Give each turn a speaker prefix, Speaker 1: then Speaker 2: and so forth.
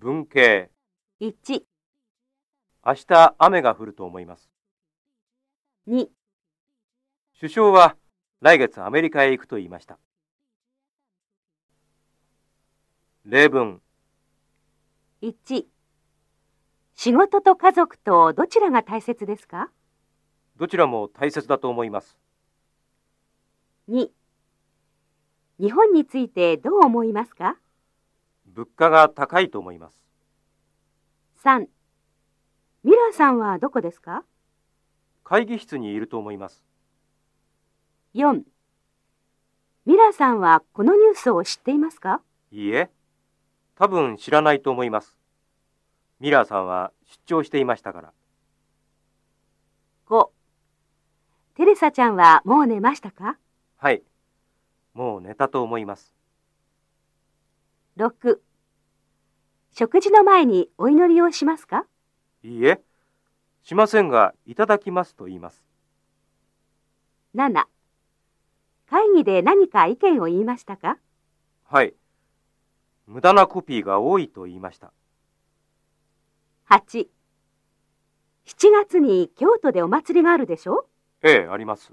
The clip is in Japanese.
Speaker 1: 文系。
Speaker 2: 1、
Speaker 1: 明日雨が降ると思います。
Speaker 2: 2、
Speaker 1: 首相は来月アメリカへ行くと言いました。例文、
Speaker 2: 1。仕事と家族とどちらが大切ですか
Speaker 1: どちらも大切だと思います。
Speaker 2: ?2。日本についてどう思いますか
Speaker 1: 物価が高いと思います。
Speaker 2: ?3。ミラーさんはどこですか
Speaker 1: 会議室にいると思います。
Speaker 2: ?4。ミラーさんはこのニュースを知っていますか
Speaker 1: いいえ、多分知らないと思います。ミラーさんは出張していましたから。
Speaker 2: ?5。テレサちゃんはもう寝ましたか
Speaker 1: はい。もう寝たと思います。
Speaker 2: ?6。食事の前にお祈りをしますか
Speaker 1: いいえ、しませんが、いただきますと言います。
Speaker 2: ?7。会議で何か意見を言いましたか
Speaker 1: はい。無駄なコピーが多いと言いました。
Speaker 2: ?8。7月に京都でお祭りがあるでしょ
Speaker 1: ええ、あります。